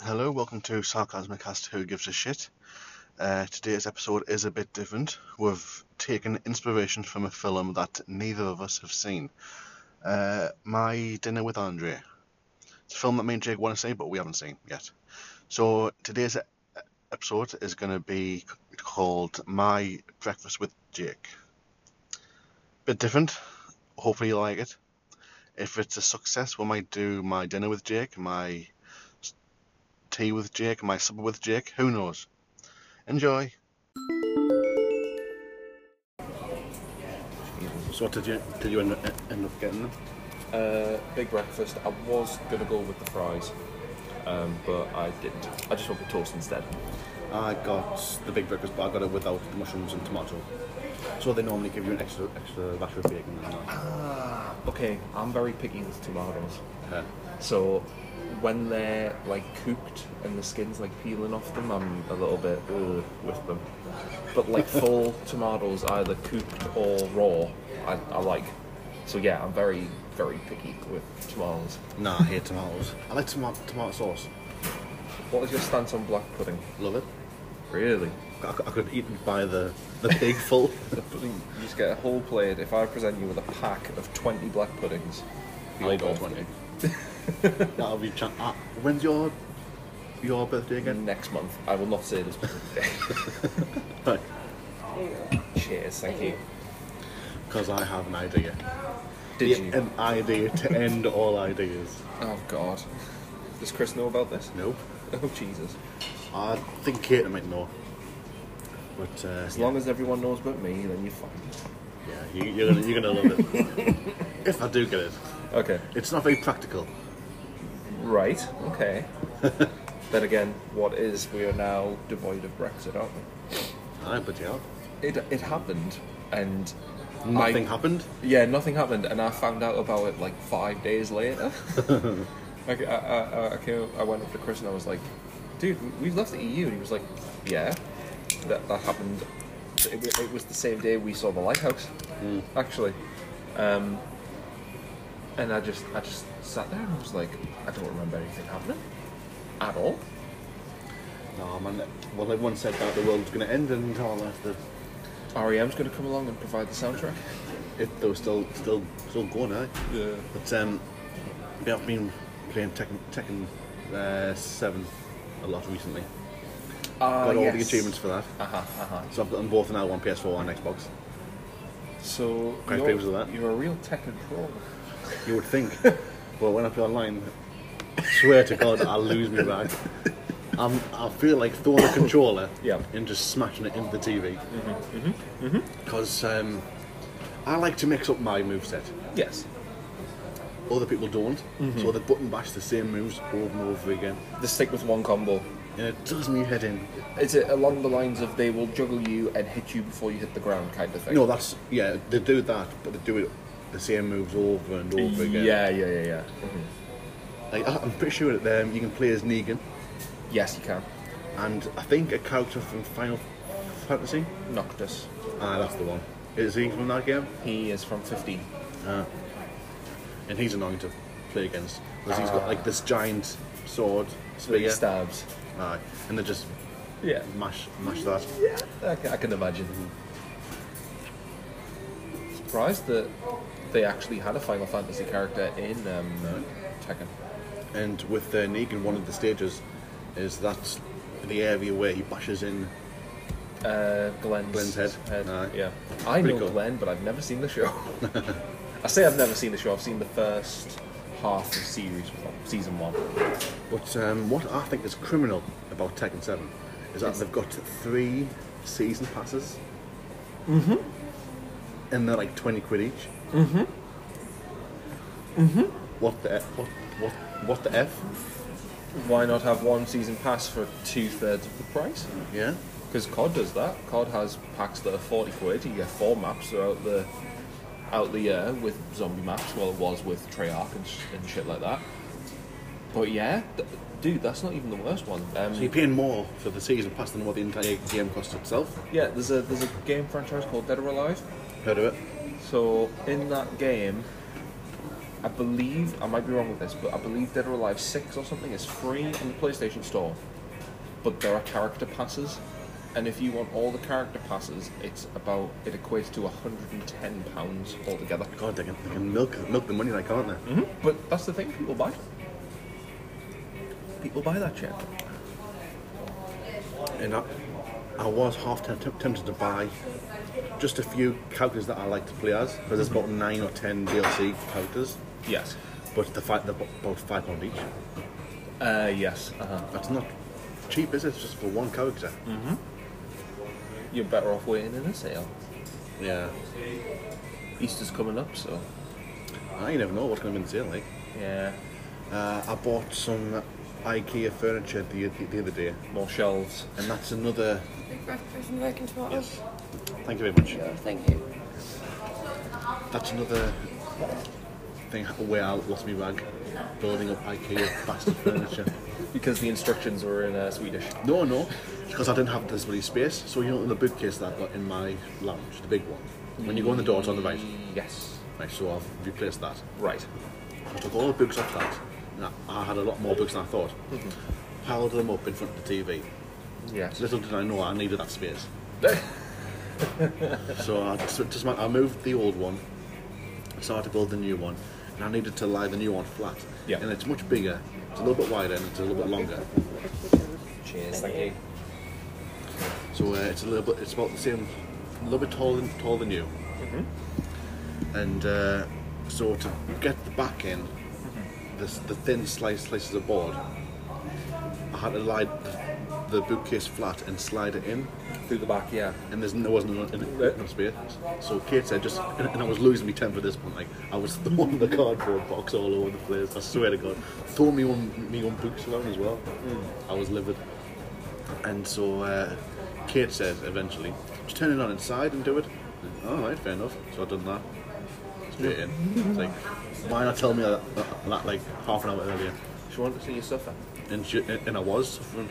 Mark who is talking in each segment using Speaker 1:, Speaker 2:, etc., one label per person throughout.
Speaker 1: Hello, welcome to Sarcasmicast Who Gives a Shit. Uh, today's episode is a bit different. We've taken inspiration from a film that neither of us have seen. Uh, My Dinner with Andre. It's a film that me and Jake want to see, but we haven't seen yet. So today's e- episode is going to be c- called My Breakfast with Jake. Bit different. Hopefully you like it. If it's a success, we might do My Dinner with Jake, My s- Tea with Jake, My Supper with Jake. Who knows? Enjoy.
Speaker 2: So what did you did you end, end up getting? Then?
Speaker 3: Uh, big breakfast. I was gonna go with the fries, um, but I didn't. I just went with toast instead.
Speaker 2: I got the big breakfast, but I got it without the mushrooms and tomato. So they normally give you an extra extra batch of bacon. And that.
Speaker 3: Okay, I'm very picky with tomatoes.
Speaker 2: Yeah.
Speaker 3: So when they're like cooked and the skin's like peeling off them, I'm a little bit uh, with them. But like full tomatoes, either cooked or raw, I, I like. So yeah, I'm very very picky with tomatoes.
Speaker 2: Nah, I hate tomatoes. I like tomato tomato sauce.
Speaker 3: What is your stance on black pudding?
Speaker 2: Love it.
Speaker 3: Really?
Speaker 2: I, c- I could eat it by the the pig full.
Speaker 3: The pudding, you just get a whole plate. If I present you with a pack of 20 black puddings,
Speaker 2: I'll eat all twenty. That'll be chan- ah, When's your your birthday again?
Speaker 3: Next month, I will not say this.
Speaker 2: Right.
Speaker 3: Cheers, thank you.
Speaker 2: Because I have an idea.
Speaker 3: Did
Speaker 2: Yeah,
Speaker 3: you?
Speaker 2: An idea to end all ideas.
Speaker 3: Oh, God. Does Chris know about this?
Speaker 2: Nope.
Speaker 3: Oh, Jesus.
Speaker 2: I think Kate might know. But uh,
Speaker 3: As long as everyone knows but me, then you're fine.
Speaker 2: Yeah, you, you're gonna you're gonna love it. if I do get it,
Speaker 3: Okay.
Speaker 2: it's not very practical.
Speaker 3: Right, okay. then again, what is? We are now devoid of Brexit, aren't we?
Speaker 2: Aye, but yeah,
Speaker 3: It, it happened, and.
Speaker 2: nothing
Speaker 3: I,
Speaker 2: happened.
Speaker 3: Yeah, nothing happened, and I found out about it like five days later. like, I, I, I- I, came, I went up to Chris and I was like, "Dude, we- we've left the EU," and he was like, "Yeah, that, that happened. It, wa- it was the same day we saw the lighthouse, actually." Um, and I just, I just sat there and I was like, "I don't remember anything happening at all."
Speaker 2: No man. Well, everyone said that the world's gonna end and all that. that
Speaker 3: REM's going to E come along and provide the soundtrack.
Speaker 2: it though still still still going, eh?
Speaker 3: Yeah.
Speaker 2: But um, yeah, I've been playing Tekken Tekken uh, Seven a lot recently.
Speaker 3: Oh, Ah,
Speaker 2: got all the achievements for that.
Speaker 3: Uh huh. Uh huh.
Speaker 2: So I've got them both now on PS4 and Xbox.
Speaker 3: So
Speaker 2: Quite
Speaker 3: you're,
Speaker 2: pleased with that.
Speaker 3: you're a real Tekken pro.
Speaker 2: You would think, but when I play online, swear to God, I'll lose me back. I'm, I feel like throwing a controller
Speaker 3: Yeah. Mm-hmm.
Speaker 2: and just smashing it into the TV. Because um, I like to mix up my moveset.
Speaker 3: Yes.
Speaker 2: Other people don't,
Speaker 3: Mm-hmm.
Speaker 2: so they button bash the same moves over and over again.
Speaker 3: They stick with one combo.
Speaker 2: And it does me head in.
Speaker 3: Is it along the lines of they will juggle you and hit you before you hit the ground kind of thing?
Speaker 2: No, that's, yeah, they do that, but they do it the same moves over and over again.
Speaker 3: Yeah, yeah, yeah, yeah.
Speaker 2: Like, I- I'm pretty sure that um, you can play as Negan,
Speaker 3: Yes, you can.
Speaker 2: and I think a character from Final Fantasy.
Speaker 3: Noctis.
Speaker 2: Ah, that's the one. Is he from that game?
Speaker 3: He is from 15.
Speaker 2: Ah. And he's annoying to play against. Because he's got like this giant sword,
Speaker 3: Three
Speaker 2: spear.
Speaker 3: stabs.
Speaker 2: Aye. And they just
Speaker 3: Yeah.
Speaker 2: mash mash that.
Speaker 3: Yeah, I can, I can imagine. Surprised that they actually had a Final Fantasy character in um, Tekken.
Speaker 2: And with uh, Negan, one of the stages is that's the area where he bashes in.
Speaker 3: Uh, Glenn's,
Speaker 2: Glenn's head. Aye.
Speaker 3: Yeah. I
Speaker 2: Pretty
Speaker 3: know
Speaker 2: cool.
Speaker 3: Glenn, but I've never seen the show. I say I've never seen the show. I've seen the first half of series one, season one.
Speaker 2: But um, what I think is criminal about Tekken 7 is that
Speaker 3: Yes.
Speaker 2: they've got three season passes. Mm-hmm. And they're like 20 quid each. Mm-hmm. Mm-hmm. What the... F- What, what, what the F?
Speaker 3: Why not have one season pass for two thirds of the price?
Speaker 2: Yeah.
Speaker 3: Because COD does that. COD has packs that are forty quid. You get four maps throughout the out the year with zombie maps. Well, it was with Treyarch and, sh- and shit like that. But yeah, th- dude, that's not even the worst one. Um,
Speaker 2: So you're paying more for the season pass than what the entire game costs itself.
Speaker 3: yeah, there's a there's a game franchise called Dead or Alive.
Speaker 2: Heard of it?
Speaker 3: So in that game, I believe I might be wrong with this, but I believe Dead or Alive Six or something is free on the PlayStation Store, but there are character passes, and if you want all the character passes, it's about it equates to 110 pounds altogether.
Speaker 2: God, they can, they can milk milk the money, like, can't they?
Speaker 3: hmm But that's the thing, people buy it.
Speaker 2: Mm-hmm.
Speaker 3: People buy that shit.
Speaker 2: And I, I was half temp- temp- tempted to buy just a few characters that I like to play as, because there's about nine or ten DLC characters,
Speaker 3: Yes.
Speaker 2: but the fight they're bo- about five pound each.
Speaker 3: Uh, yes. Uh-huh.
Speaker 2: That's not cheap, is it? It's just for one character.
Speaker 3: You're better off waiting in a sale.
Speaker 2: Yeah.
Speaker 3: Easter's coming up, so
Speaker 2: I never know what's going to be in sale like.
Speaker 3: yeah,
Speaker 2: Uh, I bought some IKEA furniture the, the, the other day,
Speaker 3: more shelves.
Speaker 2: and that's another.
Speaker 4: Big breath from bacon tomatoes.
Speaker 2: Thank you very much.
Speaker 4: Yeah, thank you.
Speaker 2: That's another thing where I lost my rag, building up IKEA bastard furniture.
Speaker 3: Because the instructions were in uh, Swedish.
Speaker 2: No, no, because I didn't have this bloody space. So you know the bookcase that I've got in my lounge, the big one. When you go in the door, it's on the right.
Speaker 3: Yes.
Speaker 2: Right, so I've replaced that.
Speaker 3: Right.
Speaker 2: I took all the books off that, and I, I had a lot more books than I thought. Piled them up in front of the TV.
Speaker 3: Yes.
Speaker 2: Little did I know I needed that space. so I just, just ma- I moved the old one, I started to build the new one, and I needed to lie the new one flat.
Speaker 3: Yeah.
Speaker 2: And it's much bigger, it's a little bit wider, and it's a little bit longer.
Speaker 3: Cheers. Thank you.
Speaker 2: So uh, it's a little bit, it's about the same, a little bit taller than, taller than you. And uh, so to get the back end, this, the thin slice slices of board, I had to lie the, the bookcase flat and slide it in.
Speaker 3: Through the back, yeah.
Speaker 2: and there's, there wasn't enough, en- enough space. So Kate said, just, and I was losing my temper at this point. Like I was throwing the cardboard box all over the place. I swear to God, throw me one, me one books around as well. I was livid. And so uh, Kate said eventually, just turn it on inside and do it. All right, fair enough. So I done that straight in. It's like, why not tell me that, that, that like half an hour earlier?
Speaker 3: She wanted to see you suffer.
Speaker 2: And she, and I was suffering.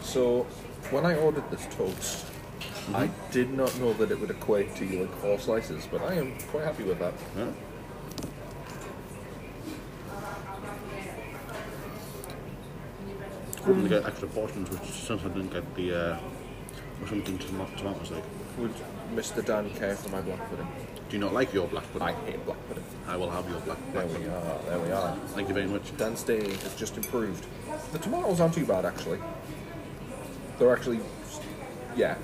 Speaker 3: So, when I ordered this toast, I did not know that it would equate to like four slices, but I am quite happy with that.
Speaker 2: Huh? Hoping to get extra portions, which since I didn't get the uh, or something tomato tomatoes like.
Speaker 3: Would Mr. Dan care for my black pudding?
Speaker 2: Do you not like your black pudding?
Speaker 3: I hate black pudding.
Speaker 2: I will have your black
Speaker 3: There
Speaker 2: black
Speaker 3: we
Speaker 2: pudding.
Speaker 3: are. There we are.
Speaker 2: Thank you very much.
Speaker 3: Dan's day has just improved. The tomatoes aren't too bad actually. They're actually, yeah.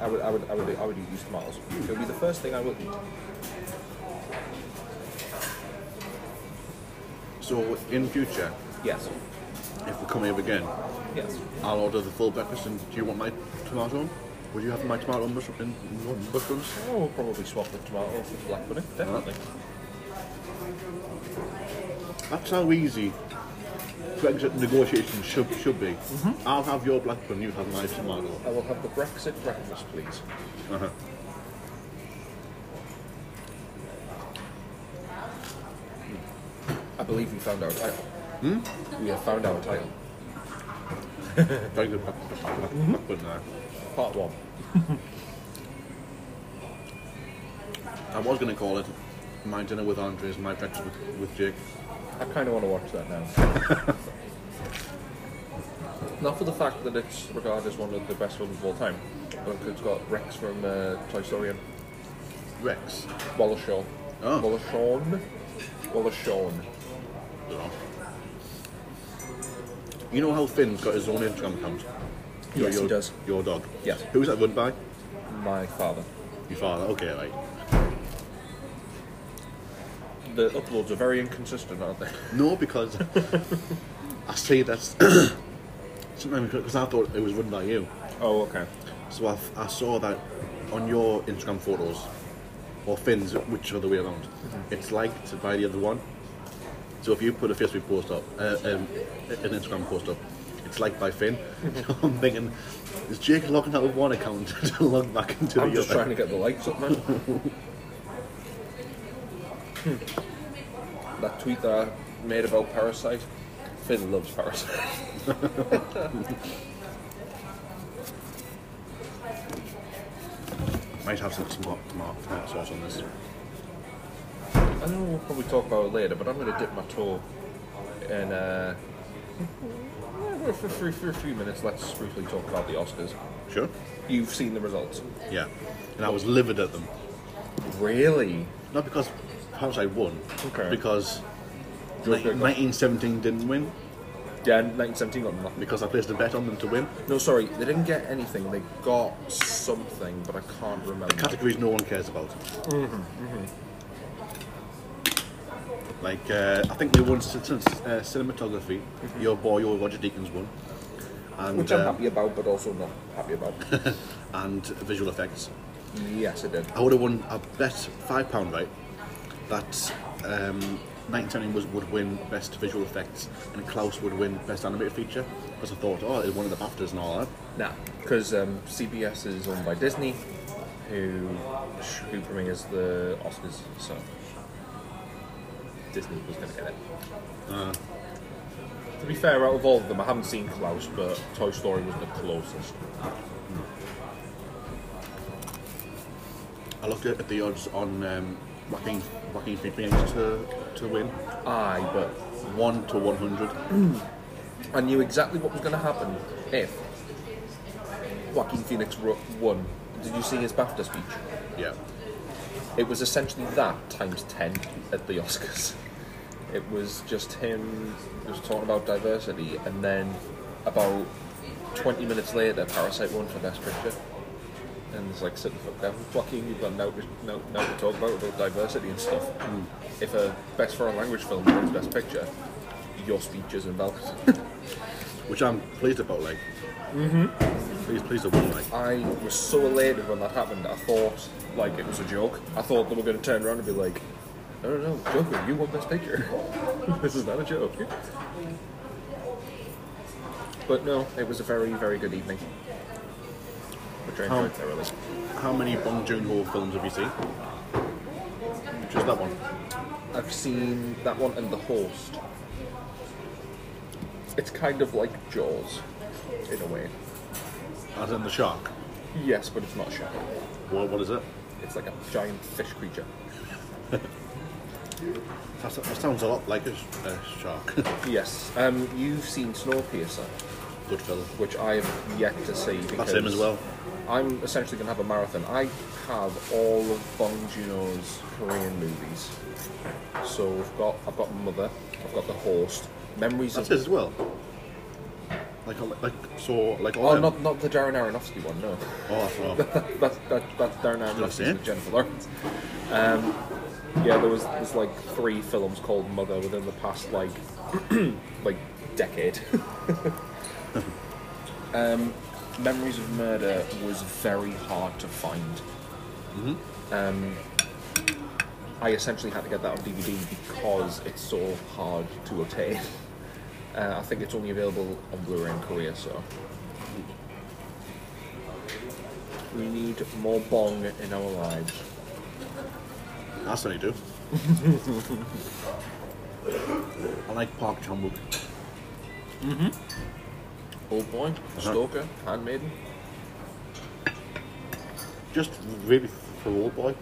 Speaker 3: I would, I would, I would, I would eat these tomatoes. It would be the first thing I would eat.
Speaker 2: So in future,
Speaker 3: Yes.
Speaker 2: if we come here again,
Speaker 3: Yes.
Speaker 2: I'll order the full breakfast. And do you want my tomato? Would you have my tomato and mushroom and mu- mushrooms?
Speaker 3: Oh, we'll probably swap the tomato for the black pudding. Definitely.
Speaker 2: Uh-huh. That's how easy Brexit negotiations should should be. I'll have your black pudding. You have my tomato.
Speaker 3: I will have the Brexit breakfast, please.
Speaker 2: Uh-huh.
Speaker 3: I believe we found our title. Hmm? We have found our title.
Speaker 2: Very good black, black, black,
Speaker 3: Mm-hmm.
Speaker 2: black pudding there.
Speaker 3: Part one.
Speaker 2: I was going to call it My Dinner with Andres, My Breakfast with, with Jake.
Speaker 3: I kind of want to watch that now. Not for the fact that it's regarded as one of the best films of all time, but because it's got Rex from uh, Toy Story and
Speaker 2: Rex.
Speaker 3: Wallace Shawn.
Speaker 2: Oh.
Speaker 3: Wallace Shawn. Wallace Shawn.
Speaker 2: Dunno. You know how Finn's got his own Instagram account? Your-
Speaker 3: Yes, he
Speaker 2: your,
Speaker 3: does.
Speaker 2: Your dog?
Speaker 3: Yes.
Speaker 2: Who's that run by?
Speaker 3: My father.
Speaker 2: Your father. Okay, right.
Speaker 3: The uploads are very inconsistent, aren't they?
Speaker 2: No, because I see that's. Sometimes because I thought it was run by you.
Speaker 3: Oh, okay.
Speaker 2: So I, I saw that on your Instagram photos, or Finn's, which other way around,
Speaker 3: Mm-hmm.
Speaker 2: it's liked by the other one. So if you put a Facebook post up, uh, um, an Instagram post up, it's liked by Finn. so
Speaker 3: Mm-hmm.
Speaker 2: I'm thinking, is Jake logging out of one account to log back into
Speaker 3: I'm
Speaker 2: the
Speaker 3: just trying
Speaker 2: other?
Speaker 3: to get the likes up, man. Hmm. that tweet that I made about Parasite, Finn loves Parasite.
Speaker 2: Might have some tomato, tomato, tomato sauce on this.
Speaker 3: I I know we'll probably talk about it later, but I'm going to dip my toe in. Uh, for, for, for, for a few minutes, let's briefly talk about the Oscars.
Speaker 2: Sure.
Speaker 3: You've seen the results.
Speaker 2: Yeah. And I was livid at them.
Speaker 3: Really?
Speaker 2: Not because Parasite won.
Speaker 3: Okay.
Speaker 2: Because
Speaker 3: Joker
Speaker 2: ni-
Speaker 3: got-
Speaker 2: 1917 didn't win
Speaker 3: Yeah, 1917 got nothing.
Speaker 2: because I placed a bet on them to win.
Speaker 3: No, sorry, they didn't get anything. They got something, but I can't remember.
Speaker 2: Categories no one cares about.
Speaker 3: Mm-hmm,
Speaker 2: Like uh, I think they won c- c- uh, cinematography. Your boy, your Roger Deakins won, and
Speaker 3: Mm-hmm. Which I'm
Speaker 2: uh,
Speaker 3: happy about, but also not happy about.
Speaker 2: and visual effects.
Speaker 3: yes, it did.
Speaker 2: I would have won. I bet five pound right that um, 1970 was would win best visual effects and Klaus would win best animated feature because I thought, oh, it won the BAFTAs and all that.
Speaker 3: Nah, because um, CBS is owned by Disney, who who premieres the Oscars, so Disney was going to get it. Uh. to be fair, out of all of them, I haven't seen Klaus, but Toy Story was the closest.
Speaker 2: I looked at the odds on um, Joaquin Joaquin Phoenix to to win
Speaker 3: Aye, but
Speaker 2: one to one hundred.
Speaker 3: I knew exactly what was going to happen if Joaquin Phoenix ro- won. Did you see his BAFTA speech?
Speaker 2: Yeah.
Speaker 3: It was essentially that times 10 at the Oscars. It was just him just talking about diversity, and then about 20 minutes later, Parasite won for Best Picture. And it's like, sit the fuck down, fucking, you've got now to, now, now to talk about, about diversity and stuff. If a Best Foreign Language film wins Best Picture, your speech isn't valid.
Speaker 2: which I'm pleased about. Like, mm-hmm.
Speaker 3: Mm-hmm.
Speaker 2: pleased, pleased about like.
Speaker 3: I was so elated when that happened. I thought like it was a joke. I thought they were going to turn around and be like, "No, no, no, Joker, you won Best Picture. this is not a joke." But no, it was a very, very good evening, which I enjoyed thoroughly.
Speaker 2: How many Bong Joon Ho films have you seen? Just that one.
Speaker 3: I've seen that one and The Host. It's kind of like Jaws, in a way.
Speaker 2: As in the shark.
Speaker 3: Yes, but it's not a shark.
Speaker 2: What, what is it?
Speaker 3: It's like a giant fish creature.
Speaker 2: That, s- that sounds a lot like a, sh- a shark.
Speaker 3: Yes. Um, you've seen Snowpiercer.
Speaker 2: Good fella.
Speaker 3: which I have yet to see. Because
Speaker 2: him as well.
Speaker 3: I'm essentially going to have a marathon. I have all of Bong Joon-ho's Korean movies. So I've got I've got Mother, I've got The Host, Memories
Speaker 2: That's
Speaker 3: of
Speaker 2: his as well. Like, a- like so, like all
Speaker 3: Oh,
Speaker 2: them.
Speaker 3: not not the Darren Aronofsky one, no.
Speaker 2: Oh, that's wrong.
Speaker 3: that's that, that's Darren Aronofsky's
Speaker 2: saying.
Speaker 3: with Jennifer Lawrence. Um, yeah, there was there's like three films called Mother within the past like like decade. um, Memories of Murder was very hard to find. Um, I essentially had to get that on DVD because it's so hard to obtain. Uh, I think it's only available on Blu-ray in Korea, so we need more bong in our lives.
Speaker 2: that's what he do. I like Park Chan Wook.
Speaker 3: Old Boy,
Speaker 2: Uh-huh.
Speaker 3: Stalker, Handmaiden.
Speaker 2: Just really for old boy.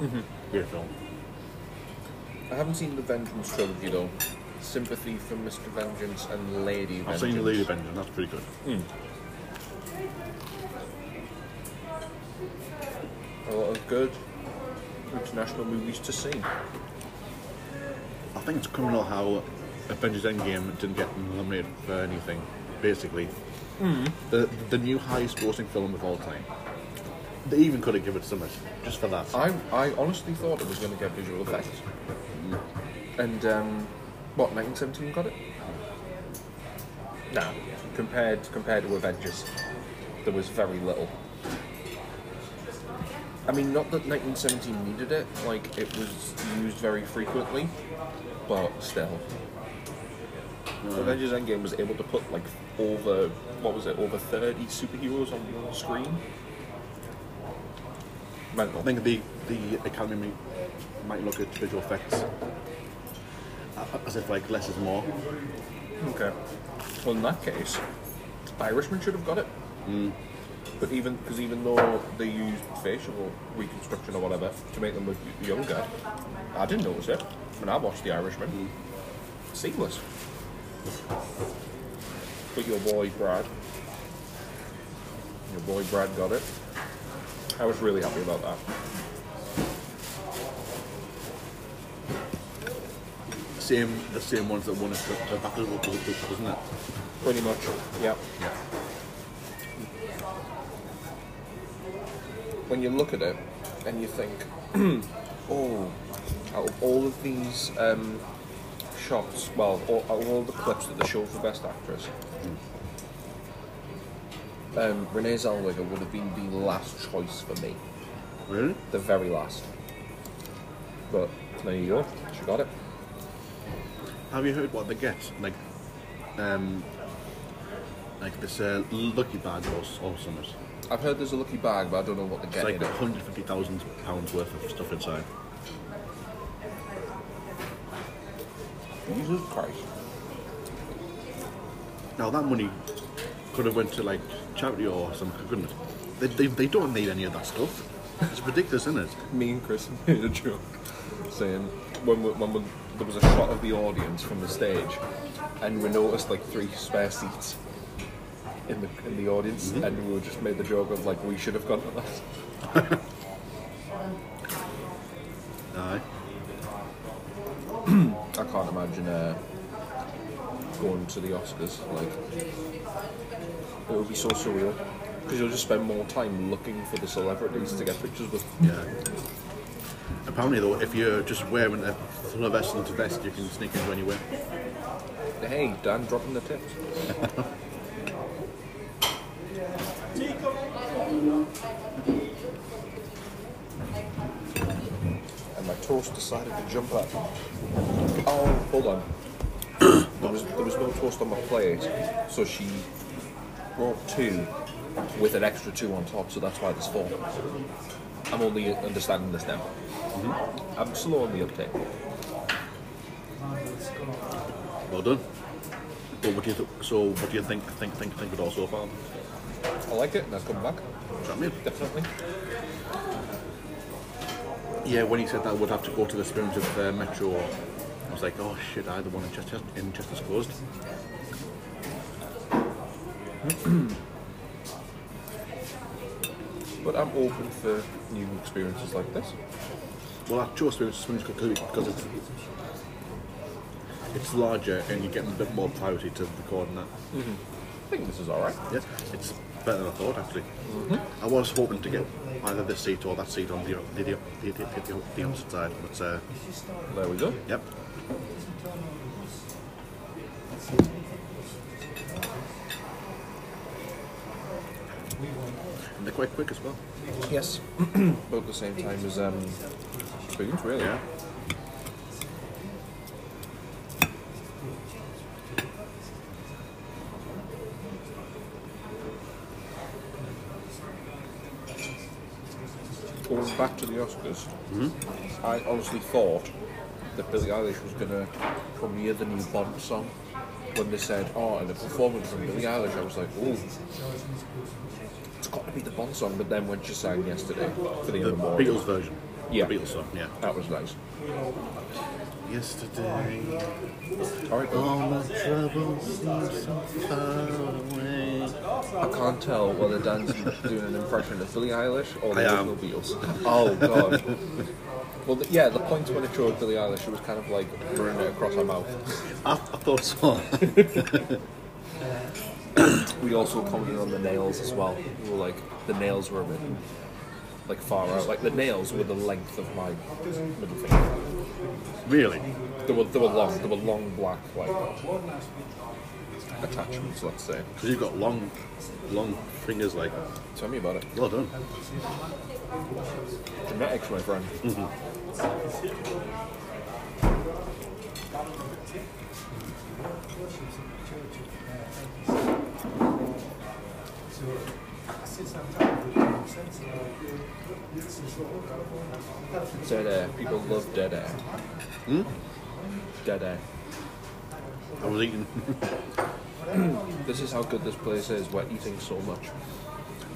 Speaker 2: Mm-hmm. Great film.
Speaker 3: I haven't seen the Vengeance trilogy though. Sympathy for Mr. Vengeance and Lady
Speaker 2: I've
Speaker 3: Vengeance.
Speaker 2: seen Lady Vengeance. That's pretty good.
Speaker 3: A lot of good international movies to see.
Speaker 2: I think it's criminal how Avengers Endgame didn't get nominated for anything, basically. The, the new highest grossing film of all time. They even could have given it so much, just for that.
Speaker 3: I, I honestly thought it was going to get visual effects. And um, what 1917 got it? No, compared compared to Avengers, there was very little. I mean, not that 1917 needed it; like it was used very frequently, but still. Avengers Endgame was able to put like over what was it over 30 superheroes on one screen. Mental.
Speaker 2: I think the, the Academy might look at visual effects a- as if like less is more.
Speaker 3: Okay. Well, in that case, Irishman should have got it. But even because even though they used facial reconstruction or whatever to make them look y- younger, I didn't notice it when I watched The Irishman. Seamless. But your boy Brad, your boy Brad got it. I was really happy about that.
Speaker 2: Same, the same ones that won it for for Backlash were both good, wasn't it?
Speaker 3: Pretty much. Yeah.
Speaker 2: Yeah.
Speaker 3: when you look at it and you think, oh, out of all of these um, shots, well, all, out of all the clips that they showed for Best Actress, um, Renee Zellweger would have been the last choice for me,
Speaker 2: Really?
Speaker 3: the very last. But there you go, she got it.
Speaker 2: Have you heard what they get? Like, um, like this uh, lucky bag or, or something.
Speaker 3: I've heard there's a lucky bag, but I don't know what to
Speaker 2: It's
Speaker 3: get
Speaker 2: like
Speaker 3: in it.
Speaker 2: £150,000 worth of stuff inside.
Speaker 3: Jesus Christ.
Speaker 2: Now that money could have went to like charity or something, couldn't it? They, they, they don't need any of that stuff. It's ridiculous, isn't it?
Speaker 3: me and Chris made a joke saying when, we, when we, there was a shot of the audience from the stage, and we noticed like three spare seats in the in the audience, and we were just made the joke of like we should have gone to that.
Speaker 2: Aye.
Speaker 3: I can't imagine uh, going to the Oscars. Like it would be so surreal because you'll just spend more time looking for the celebrities to get pictures with.
Speaker 2: Yeah. Apparently, though, if you're just wearing a fluorescent vest, you can sneak into anywhere.
Speaker 3: Hey, Dan, dropping the tips. and my toast decided to jump up. Oh, hold on. there, was, there was no toast on my plate, so she brought two with an extra two on top, so that's why there's four. I'm only understanding this now. I'm slow on the uptake.
Speaker 2: Well done. But what do you th- so what do you think think think think of it all so far?
Speaker 3: I like it, and I've come back,
Speaker 2: Champion.
Speaker 3: definitely.
Speaker 2: Yeah, when he said that, would have to go to the spirit of uh, Metro. I was like, oh shit, I the one in Chester in Chester's closed.
Speaker 3: But I'm open for new experiences like this.
Speaker 2: Well, I chose spirit of because because it's it's larger and you're getting a bit more priority to recording that.
Speaker 3: I think this is alright.
Speaker 2: Yeah, it's better than I thought actually. I was hoping to get either this seat or that seat on the the, the, the, the, the, the opposite side, but uh,
Speaker 3: There we go.
Speaker 2: yep. And they're quite quick as well.
Speaker 3: Yes. About the same time as um, spoons, really.
Speaker 2: Yeah.
Speaker 3: Going back to the Oscars, I honestly thought that Billie Eilish was going to premiere the new Bond song. When they said, oh, and a performance from Billie Eilish, I was like, ooh. It's got to be the Bond song, but then when she sang yesterday for the,
Speaker 2: The
Speaker 3: other
Speaker 2: Beatles version.
Speaker 3: Yeah. Uh,
Speaker 2: The Beatles song, yeah.
Speaker 3: that was nice.
Speaker 2: Yesterday,
Speaker 3: All right,
Speaker 2: all my troubles seem so far away.
Speaker 3: I can't tell whether Dan's doing an impression of Billie Eilish or the
Speaker 2: I
Speaker 3: original
Speaker 2: am.
Speaker 3: Beatles. Oh god. well, the, yeah, the point when it showed Billie Eilish, it was kind of like running it across her mouth.
Speaker 2: I, I thought so.
Speaker 3: We also commented on the nails as well. We were like, the nails were a bit like far out. Like the nails were the length of my middle finger.
Speaker 2: really?
Speaker 3: They were they were long. They were long black like attachments. Let's say.
Speaker 2: Because you've got long, long fingers like,
Speaker 3: Tell me about it.
Speaker 2: well done.
Speaker 3: Genetics, my friend. Dead air. People love dead air. Hmm? Dead air.
Speaker 2: I was eating
Speaker 3: This is how good this place is. We're eating so much.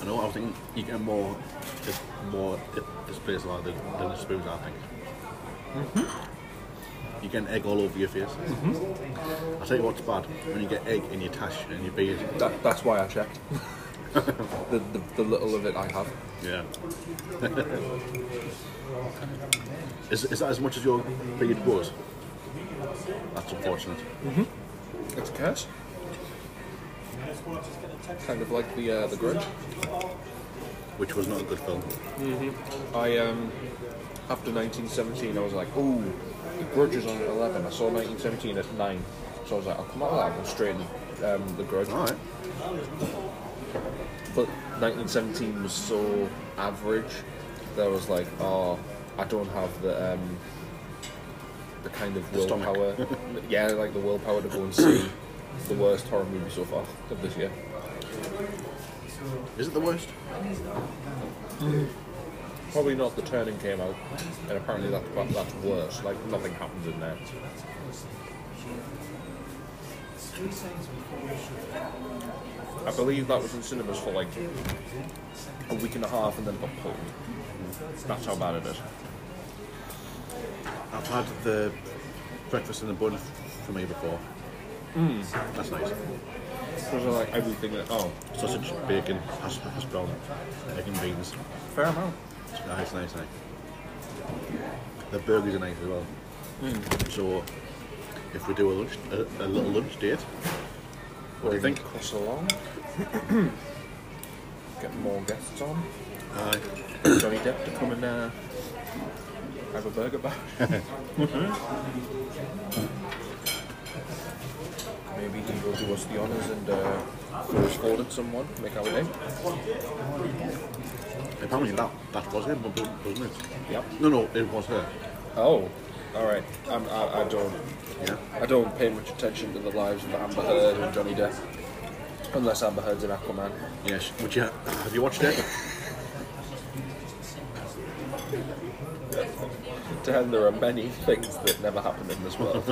Speaker 2: I know. I was thinking you get more, just more at this place like than, than the spoons. I think. You get an egg all over your face. I'll tell you what's bad when you get egg in your tash and your beard.
Speaker 3: That, that's why I checked. the, the, the little of it I have.
Speaker 2: Yeah. is, is that as much as your beard was? That's unfortunate.
Speaker 3: It's a curse. Kind of like the uh, the Grudge.
Speaker 2: Which was not a good film.
Speaker 3: I um after 1917, I was like, oh, the Grudge is on at 11. I saw 1917 at nine, so I was like, I'll come out of that one straight in um, the Grudge.
Speaker 2: Alright.
Speaker 3: But 1917 was so average that I was like, oh, I don't have the um, the kind of
Speaker 2: The stomach.
Speaker 3: willpower. yeah, like the willpower to go and see the worst horror movie so far of this year.
Speaker 2: Is it the worst?
Speaker 3: Probably not. The turning came out, and apparently that, that that's worse. Like nothing happens in there. I believe that was in cinemas for like a week and a half, and then got pulled. That's how bad it is.
Speaker 2: I've had the breakfast in the bun for me before. Hmm. That's nice.
Speaker 3: Because of, like everything that oh,
Speaker 2: Sausage, bacon, hash, hash brown, egg and beans.
Speaker 3: fair amount.
Speaker 2: It's nice, nice, nice. The burgers are nice as well. So, if we do a lunch, a, a little lunch date, what do you think?
Speaker 3: Cross along. Get more guests on.
Speaker 2: Aye.
Speaker 3: Johnny Depp to come and uh, have a burger bash. Maybe he will do us the honours and uh, scold at someone, make our day.
Speaker 2: Apparently that, that was him, wasn't it?
Speaker 3: Yep.
Speaker 2: No, no, it was her.
Speaker 3: Oh, all right. I'm, I, I don't.
Speaker 2: Yeah.
Speaker 3: I don't pay much attention to the lives of Amber Heard and Johnny Depp, unless Amber Heard's in Aquaman.
Speaker 2: Yes. Would you have you watched it?
Speaker 3: Dan, there are many things that never happen in this world.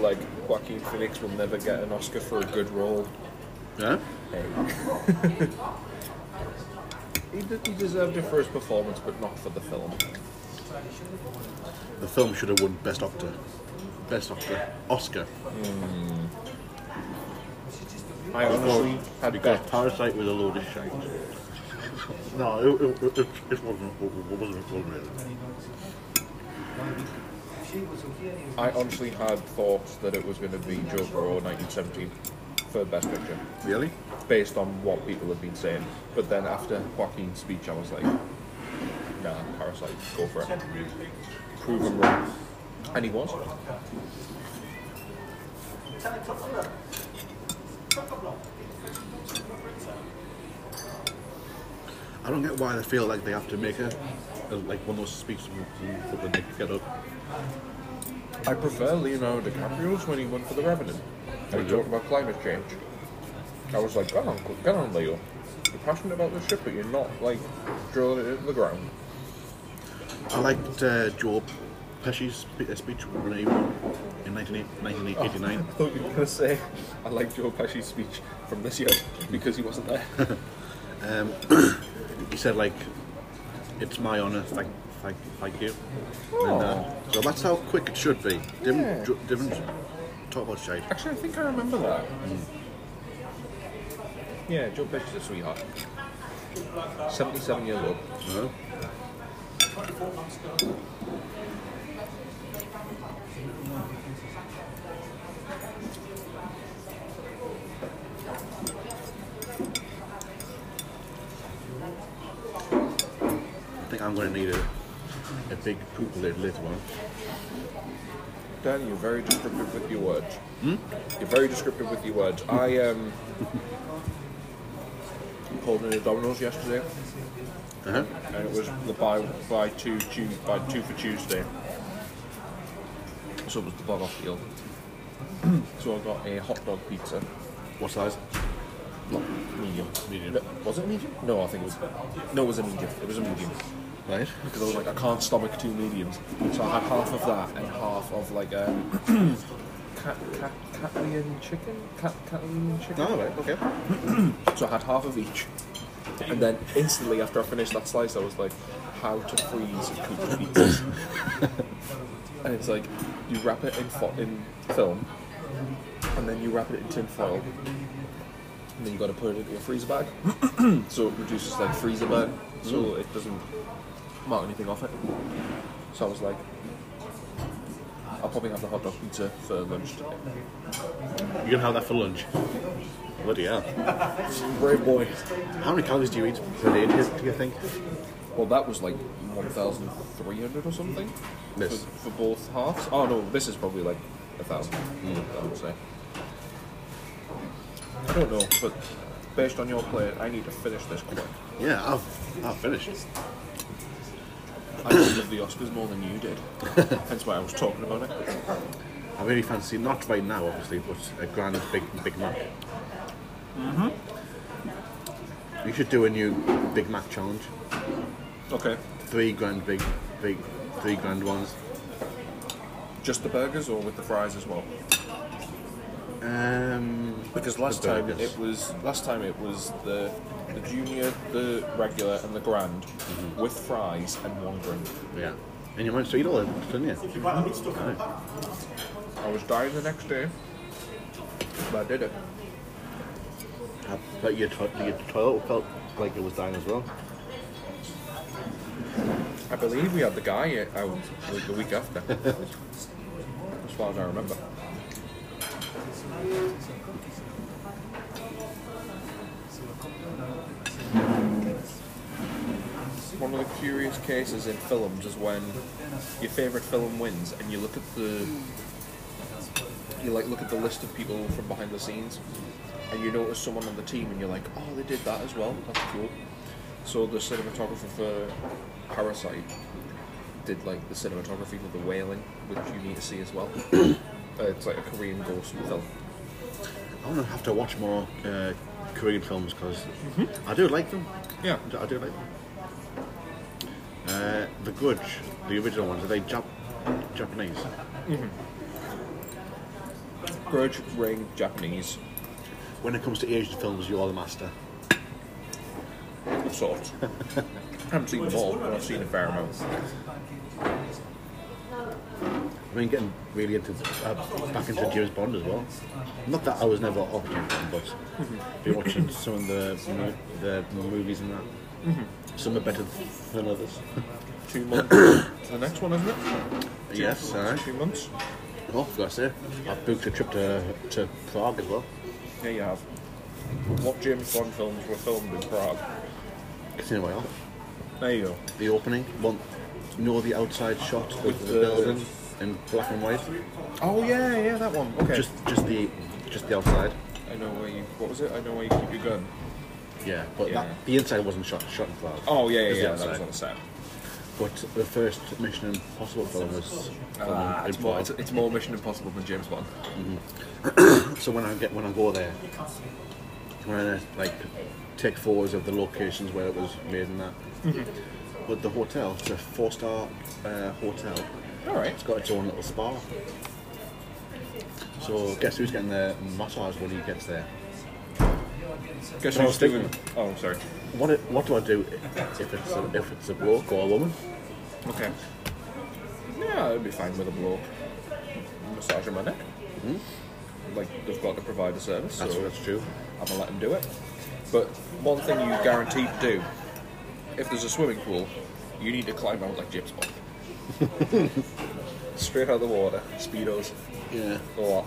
Speaker 3: like Joaquin Phoenix will never get an Oscar for a good role.
Speaker 2: yeah.
Speaker 3: Hey. he, de- he deserved it for his performance, but not for the film.
Speaker 2: The film should have won Best Actor. Best Actor. Oscar.
Speaker 3: I honestly had
Speaker 2: Because
Speaker 3: bet.
Speaker 2: Parasite was a load of shite. no, it, it, it, it wasn't. It wasn't a film really.
Speaker 3: I honestly had thoughts that it was going to be Joe Burrow 1917 for Best Picture,
Speaker 2: Really?
Speaker 3: based on what people had been saying. But then after Joaquin's speech, I was like, Nah, Parasite, go for it. Prove him wrong. And he was.
Speaker 2: I don't get why they feel like they have to make a, a like one of those speeches for the next get up.
Speaker 3: I prefer Leonardo DiCaprio's when he went for The Revenant. And he talked about climate change. I was like, get on, get on, Leo. You're passionate about this shit, but you're not, like, drilling it into the ground.
Speaker 2: I liked uh, Joe Pesci's spe- uh, speech when he won in 19, 1989.
Speaker 3: I thought you were going to say, I like Joe Pesci's speech from this year because he wasn't there.
Speaker 2: He said like, "It's my honour. Thank, thank, thank you." And, uh, so that's how quick it should be. Didn't,
Speaker 3: Yeah.
Speaker 2: ju- didn't talk about shade.
Speaker 3: Actually, I think I remember that. Yeah, Joe Pesci's a sweetheart. 77 years old.
Speaker 2: No. I think I'm going to need a, a big poop lid later on.
Speaker 3: Dan, you're very descriptive with your words. You're very descriptive with your words. I um, called in a Domino's yesterday,
Speaker 2: Uh-huh.
Speaker 3: and it was the buy buy two two buy two for Tuesday. So it was the bug off deal. so I got a hot dog pizza,
Speaker 2: What size?
Speaker 3: medium.
Speaker 2: Medium.
Speaker 3: No, was it medium? No, I think it was. No, it was a medium. It was a medium.
Speaker 2: Right.
Speaker 3: because I was like, I can't stomach two mediums. So I had half of that and half of like um, cat, cat, Catlian chicken? Cat, Catlian chicken?
Speaker 2: Oh, right, okay.
Speaker 3: So I had half of each. And then instantly after I finished that slice, I was like, how to freeze cooked pizzas. and it's like, you wrap it in, fo- in film, and then you wrap it in tin foil, and then you got to put it into a freezer bag. so it reduces like freezer burn, so it doesn't mark anything off it. So I was like, I'll probably have the hot dog pizza for lunch today.
Speaker 2: You can have that for lunch. Bloody hell.
Speaker 3: Brave boy.
Speaker 2: How many calories do you eat per day, do you think?
Speaker 3: Well, that was like 1,300 or something.
Speaker 2: This.
Speaker 3: For, for both halves. Oh no, this is probably like a thousand. I would say. I don't know, but based on your plate, I need to finish this quick.
Speaker 2: Yeah, I've, I've finished.
Speaker 3: I just love the Oscars more than you did. Hence why I was talking about it.
Speaker 2: I really fancy, not right now obviously, but a grand Big, big Mac. Mm-hmm. You should do a new Big Mac challenge.
Speaker 3: Okay.
Speaker 2: Three grand Big, big, three grand ones.
Speaker 3: Just the burgers or with the fries as well?
Speaker 2: Um,
Speaker 3: Because last
Speaker 2: The
Speaker 3: time
Speaker 2: burgers.
Speaker 3: it was last time it was the the junior, the regular, and the grand
Speaker 2: Mm-hmm.
Speaker 3: with fries and one drink.
Speaker 2: yeah. And you managed to eat all of them, didn't you? Aye.
Speaker 3: I was dying the next day, but I did it.
Speaker 2: I bet your, to- your toilet felt like it was dying as well.
Speaker 3: I believe we had the guy here, out the- the week after, as far as I remember. One of the curious cases in films is when your favourite film wins, and you look at the you like look at the list of people from behind the scenes, and you notice someone on the team, and you're like, oh, they did that as well. That's cool. So the cinematographer for Parasite did like the cinematography for The Wailing, which you need to see as well. uh, it's like a Korean ghost film.
Speaker 2: I'm gonna have to watch more uh, Korean films because I do like them.
Speaker 3: Yeah.
Speaker 2: I do- I do like them. Uh, the Grudge, the original ones, are they Jap- Japanese?
Speaker 3: Grudge Ring Japanese
Speaker 2: When it comes to Asian films, you are the master.
Speaker 3: of sorts. I haven't seen them all, but I've seen a fair amount.
Speaker 2: I've been getting really into uh, back into James Bond as well. Not that I was never off James Bond, but been watching some of the mo- the movies and that. Some are better than others.
Speaker 3: Two months to the next one, isn't it?
Speaker 2: yes, aye.
Speaker 3: Two months?
Speaker 2: Oh, I forgot to say, I booked a trip to to Prague as well.
Speaker 3: Yeah, you have. What James Bond films were filmed in Prague?
Speaker 2: It's anyway off.
Speaker 3: There you go.
Speaker 2: the opening, one, you know the outside shot of
Speaker 3: With
Speaker 2: the,
Speaker 3: the-
Speaker 2: building in black and white,
Speaker 3: Oh yeah, yeah, that one. Okay.
Speaker 2: just just the just the outside.
Speaker 3: I know where you. What was it? I know where you keep your gun.
Speaker 2: Yeah, but
Speaker 3: Yeah.
Speaker 2: That, the inside wasn't shot shot in cloud.
Speaker 3: Oh yeah, yeah,
Speaker 2: It's the
Speaker 3: yeah. That was
Speaker 2: outside.
Speaker 3: on the set.
Speaker 2: But the first Mission Impossible film was filmed
Speaker 3: Ah,
Speaker 2: in
Speaker 3: it's, more,
Speaker 2: Prague.
Speaker 3: it's, it's more Mission Impossible than James Bond.
Speaker 2: So when I get when I go there, when I like take photos of the locations where it was made and that.
Speaker 3: Mm-hmm.
Speaker 2: But the hotel, it's a four star uh, hotel.
Speaker 3: All right.
Speaker 2: It's got its own little spa. So guess who's getting the massage when he gets there?
Speaker 3: Guess
Speaker 2: Well,
Speaker 3: who's
Speaker 2: stick
Speaker 3: doing?
Speaker 2: with
Speaker 3: Oh, sorry.
Speaker 2: What what do I do if it's a, if it's a bloke or a woman?
Speaker 3: Okay. Yeah, it'd be fine with a bloke. Massage on my neck. Like they've got to provide a service,
Speaker 2: That's
Speaker 3: so
Speaker 2: that's true.
Speaker 3: I'm gonna let them do it. But one thing you guaranteed to do, if there's a swimming pool, you need to climb out like James Bond. Straight out of the water, speedos,
Speaker 2: Yeah,
Speaker 3: the lot.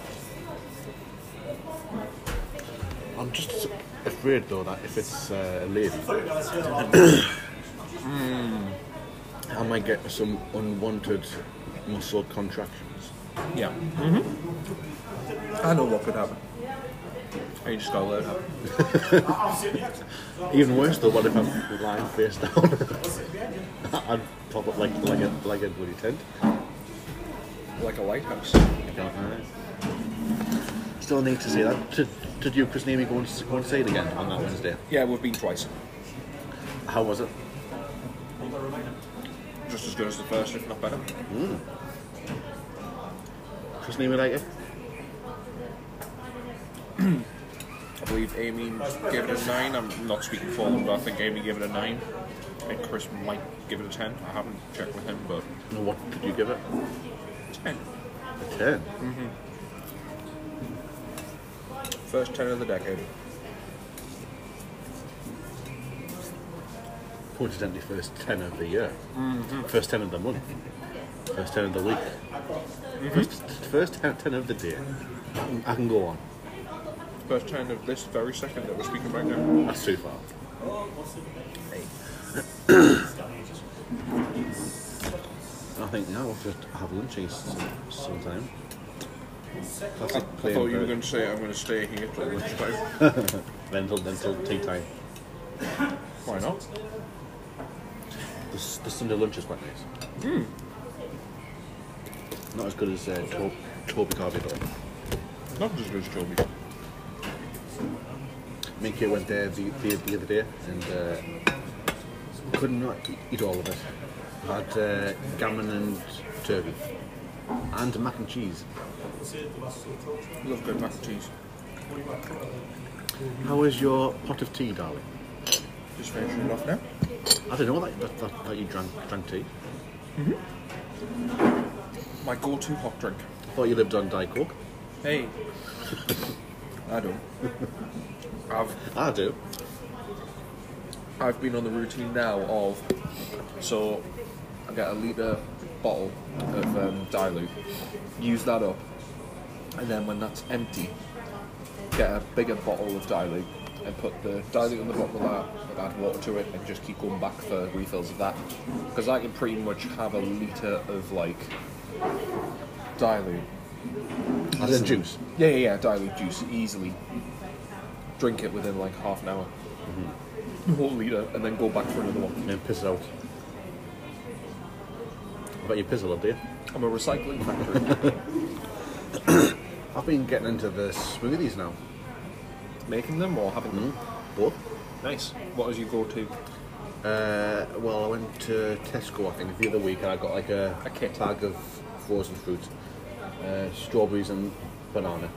Speaker 2: I'm just afraid though that if it's uh, a lady, Hmm. I might get some unwanted muscle contractions.
Speaker 3: Yeah. Mm-hmm. I know what could happen. And you just gotta learn how.
Speaker 2: Even worse though, what if I'm lying face down? I'd pop up like like a like a bloody tent.
Speaker 3: Like a lighthouse.
Speaker 2: Still need to see that. Did, did you, Chris Neamy, go and, s- go and see it again on that Wednesday?
Speaker 3: Yeah, we've been twice.
Speaker 2: How was it?
Speaker 3: Just as good as the first, if not better.
Speaker 2: Chris Neamy like it?
Speaker 3: I believe Amy gave it a nine. I'm not speaking for them, but I think Amy gave it a nine. And Chris might give it a ten. I haven't checked with him, but
Speaker 2: And What did you give it?
Speaker 3: ten.
Speaker 2: A 10.
Speaker 3: First ten of the decade.
Speaker 2: Coincidentally, first 10 of the year.
Speaker 3: Mm-hmm.
Speaker 2: First 10 of the month. First 10 of the week.
Speaker 3: Mm-hmm.
Speaker 2: First, first 10, 10 of the day. I can- I can go on.
Speaker 3: First ten of this very second that we're speaking right now.
Speaker 2: That's too far. I think now I'll just have lunch s- sometime.
Speaker 3: I, I thought you were going to say I'm going to stay here till lunchtime.
Speaker 2: Rental, rental, tea time.
Speaker 3: Why not?
Speaker 2: The, s- the Sunday lunch is quite nice.
Speaker 3: Hmm.
Speaker 2: Not as good as uh, Toby, Toby Carvey, though.
Speaker 3: Not as good as Toby.
Speaker 2: Me and Kate went there the, the, the other day and uh, could not e- eat all of it. Had uh, gammon and turkey and mac and cheese.
Speaker 3: Love good mac and cheese.
Speaker 2: How is your pot of tea, darling?
Speaker 3: Just finishing it off now.
Speaker 2: I don't know that, that, that, that you drank, drank tea.
Speaker 3: My go-to hot drink.
Speaker 2: I thought you lived on Diet Coke.
Speaker 3: Hey. I don't. I've
Speaker 2: I do.
Speaker 3: I've been on the routine now of so I get a litre bottle of um, dilute, use that up, and then when that's empty, get a bigger bottle of dilute and put the dilute on the bottom of that, add water to it, and just keep going back for refills of that. Because I can pretty much have a litre of like dilute.
Speaker 2: As in juice.
Speaker 3: Yeah, yeah, yeah, dilute juice easily. Drink it within like half an hour.
Speaker 2: Mm-hmm.
Speaker 3: Whole litre, and then go back for another one.
Speaker 2: And then piss it out. I bet you piss a lot, do you?
Speaker 3: I'm a recycling factory.
Speaker 2: I've been getting into the smoothies now.
Speaker 3: Making them or having them?
Speaker 2: Both.
Speaker 3: Nice. What is your go-to?
Speaker 2: Uh, well, I went to Tesco, I think, the other week, and I got like a,
Speaker 3: A kit.
Speaker 2: bag of frozen fruit, uh, strawberries and banana.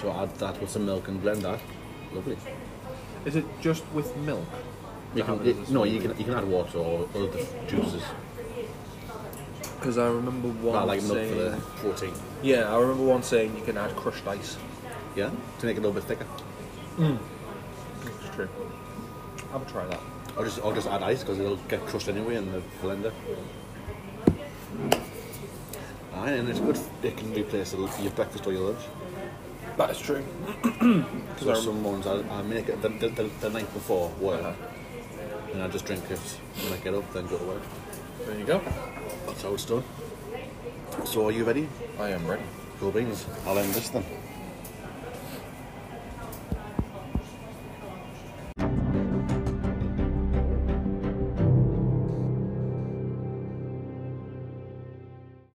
Speaker 2: So I add that with some milk and blend that. Lovely.
Speaker 3: Is it just with milk?
Speaker 2: You can, it- no, you can you can add water or other juices.
Speaker 3: Because I remember one
Speaker 2: I like milk
Speaker 3: saying.
Speaker 2: for the protein.
Speaker 3: Yeah, I remember one saying you can add crushed ice.
Speaker 2: Yeah, to make it a little bit thicker.
Speaker 3: It's true. I'll try that.
Speaker 2: Or just or just add ice because it'll get crushed anyway in the blender. Aye, and it's good. It can replace your your breakfast or your lunch.
Speaker 3: That is true.
Speaker 2: So some ones I, I make it the, the, the, the night before work, and I just drink it when I get up, then go to work.
Speaker 3: There you go.
Speaker 2: That's how it's done. So are you ready?
Speaker 3: I am ready.
Speaker 2: Cool beans. I'll end this then.